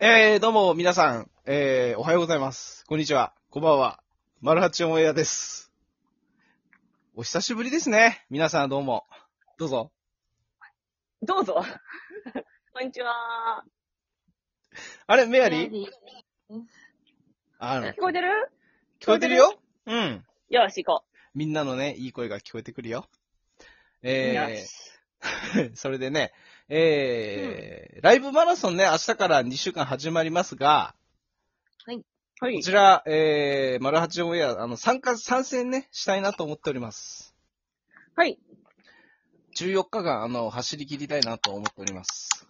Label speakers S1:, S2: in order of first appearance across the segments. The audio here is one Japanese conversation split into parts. S1: えー、どうも、皆さん、えー、おはようございます。こんにちは。こんばんは。マルハチオンエアです。お久しぶりですね。皆さんどうも。どうぞ。
S2: どうぞ。 こんにちは。
S1: あれ、メア
S3: や
S1: リーあの、聞
S2: 聞こえてる
S1: こえてるようん。
S2: よし、行こ
S1: みんなのね、いい声が聞こえてくるよ。
S2: う。
S1: え
S2: よし。
S1: ー、 それでね、えー、ライブマラソンね、明日から2週間始まりますが、
S2: は
S1: こ
S2: い
S1: ち。ら、えー、マルハチオンエア、あの、参加、参戦ね、したいなと思っております。
S2: はい。
S1: 14日間、あの、走り切りたいなと思っております。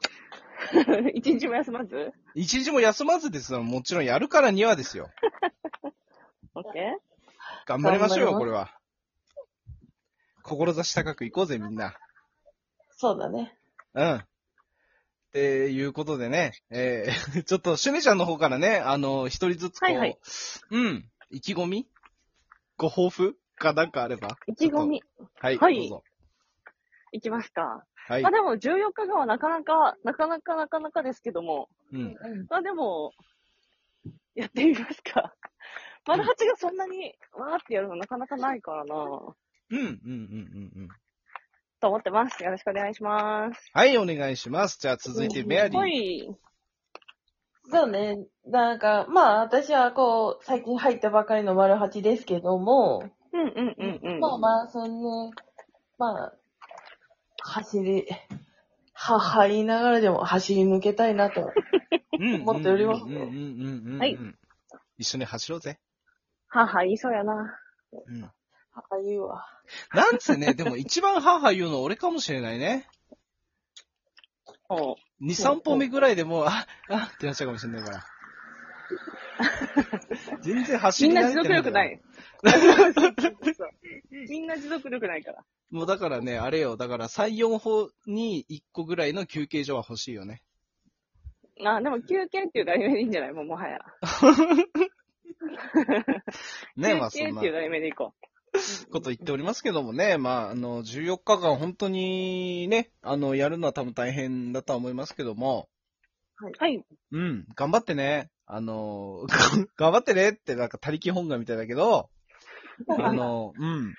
S2: 一日も休まず
S1: 一日も休まずですよ。もちろんやるからにはですよ。
S2: オッケー
S1: 頑張りましょうよ、
S3: 頑張ります
S1: これは。志高く行こうぜ、みんな。
S3: そうだね。
S1: うん。っていうことでね、えー、 ちょっと、シュネちゃんの方からね、あの、一人ずつこう、
S2: はいはい
S1: うん、意気込みご抱負かなんかあれば
S2: 意気込。み。
S1: ちょっとはい、
S2: はい
S1: どうぞ。
S2: いきますか。
S1: はい
S2: まあ。でも14日間はなかなか、なかなかなかなかですけども。
S1: うん。
S2: まあでも、やってみますか。 丸八がそんなに、わーってやるのなかなかないからなと
S1: うん、うん、うん、うん、うん。
S2: 思ってます。よろしくお願いします。
S1: はい、お願いします。じゃあ、続いて、メアリー。
S2: はい。
S3: そうね。なんか、まあ私はこう、最近入ったばかりの丸八ですけども、
S2: うんうんうんうん。
S3: まあまあ、そんね、まあ、走り、は、入りながらでも走り抜けたいなと。思っております
S1: うんうんうんうんうん。
S2: はい。
S1: 一緒に走ろうぜ。
S2: 母言いそうやな。
S1: うん。
S3: はは言うわ。
S1: なんせね、でも一番母言うの俺かもしれないね。
S2: おう
S1: 二、三歩目ぐらいでもう、あ、あってなっちゃうかもしれないから。 全然走り
S2: みん
S1: 慣
S2: な
S1: れ
S2: 持
S1: て。
S2: 続力ない い。みんな持続力ないから。
S1: もうだからね、あれよ、だから3、4歩に1個ぐらいの休憩所は欲しいよね。
S2: あ、でも休憩っていう題名でいいんじゃないもうもはや。
S1: ね、まあ
S2: 休
S1: そ
S2: 憩
S1: ん
S2: っ
S1: な
S2: ていう題名でいこ
S1: こと言っておりますけどもね、まああの、14日間本当にね、あの、やるのは多分大変だとは思いますけども、
S2: う。はい。
S1: うん、頑張ってね。あの ー、頑張ってねってなんか他力本願みたいだけど、あのー、うん。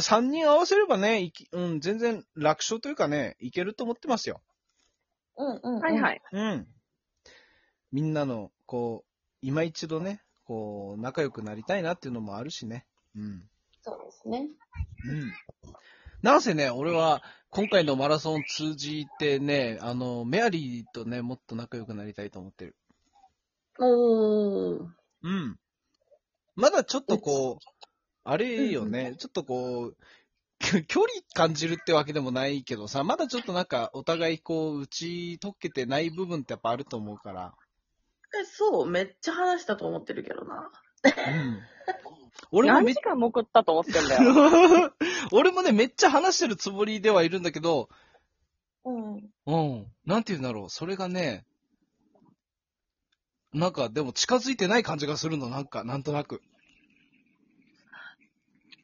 S1: 三人合わせればね、いきうん、全然楽勝というかね、いけると思ってますよ。
S3: うんうん、うん。。
S2: はいはいい。
S1: うん。みんなの、こう、今一度ね、こう、仲良くなりたいなっていうのもあるしね。うん。
S3: そうですね。
S1: うん。なんせね、俺は、今回のマラソンを通じてね、あの、メアリーとね、もっと仲良くなりたいと思ってる。
S3: うーん。
S1: うん。まだちょっとこう、あれよね、ちょっとこう、 き距離感じるってわけでもないけどさ、まだちょっとなんか、お互いこう、打ち解けてない部分ってやっぱあると思うから。
S3: え、そう、めっちゃ話したと思ってるけどな。
S1: うん。 俺も
S2: 何
S1: めっ
S2: 時間も送ったと思ってん だよ。
S1: 俺もね、めっちゃ話してるつもりではいるんだけど、
S3: うん。
S1: うん。なんて言うんだろう、それがね、なんか、でも近づいてない感じがするの、なんか、なんとなく。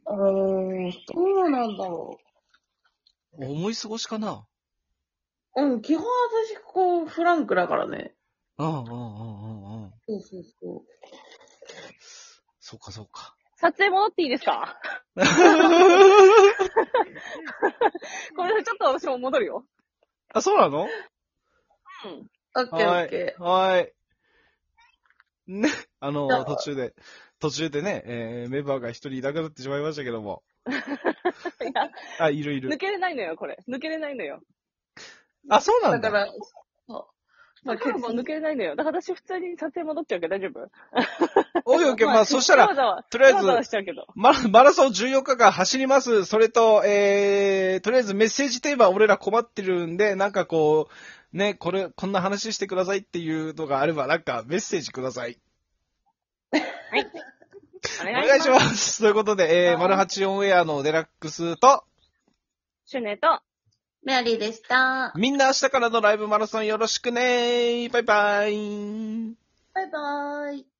S3: うーん、そうなんだろう。
S1: 思い過ごしかな。
S3: うん、基本私、こう、フランクだからね。
S1: うんうんうんうんうん。
S3: そうそうそ
S1: そうかそうか。
S2: 撮影戻っていいですかこれちょっと私も 戻るよ。
S1: あ、そうなの
S3: う。オッケーオッケー。
S1: はい。ね、あの、
S3: じゃあ
S1: 途中で、途中でね、えーメンバーが一人いなくなってしまいましたけども。
S2: いや
S1: あ、いるい
S2: 抜
S1: る。
S2: けれないのよ、これ。抜けれないのよ。
S1: あ、そうな
S3: だ
S1: ん
S3: か
S1: だ。
S3: ら、そう。まあ、
S2: カ
S3: 結
S2: ーボン抜
S3: 構、
S2: けれないのよ。だから私普通に撮影戻っちゃうけど大丈夫
S1: おいおい、まあ、そした
S2: ざわ
S1: ら、
S2: ざわ
S1: とりあえず
S2: ざわざわしちゃうけど。
S1: ママラソン14日間走ります。それと、えー、とりあえずメッセージテーマ俺ら困ってるんで、なんかこう、ね、これ、こんな話してくださいっていうのがあれば、なんかメッセージください。
S2: お
S1: お
S2: 願
S1: 願い
S2: い
S1: し
S2: しま。
S1: ますす。ということで、えー、マルハチオンエアのデラックスと、
S2: シュネと、
S3: メアリーでした。
S1: みんな明日からのライブマラソンよろしくねバイバイ
S3: バイバーイ。